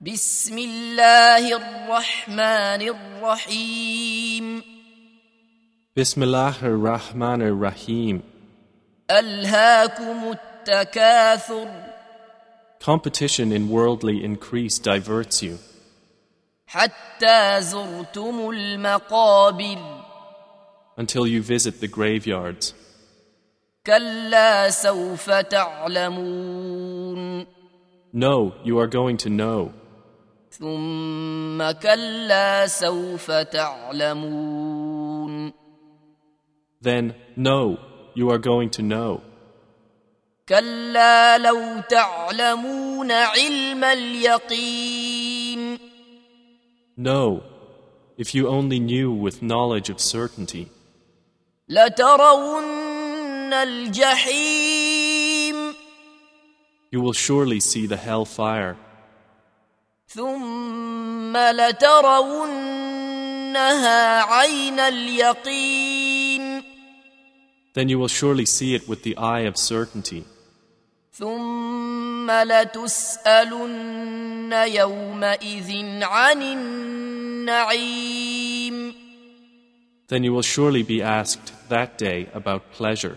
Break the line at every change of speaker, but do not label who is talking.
بسم الله الرحمن الرحيم
Bismillah ar-Rahman ar-Rahim.
ألهاكم التكاثر
Competition in worldly increase diverts you
حتى زرتم المقابر
until you visit the graveyards.
كلا سوف تعلمون
No, you are going to know.
ثم كلا سوف تعلمون
Then, no, you are going to know.
كلا لو تعلمون علم اليقين
No, if you only knew with knowledge of certainty,
لترون الجحيم
you will surely see the hell fire.
ثم لترونها عين اليقين
Then you will surely see it with the eye of certainty.
ثم لتسالن يومئذ عن النعيم
Then you will surely be asked that day about pleasure.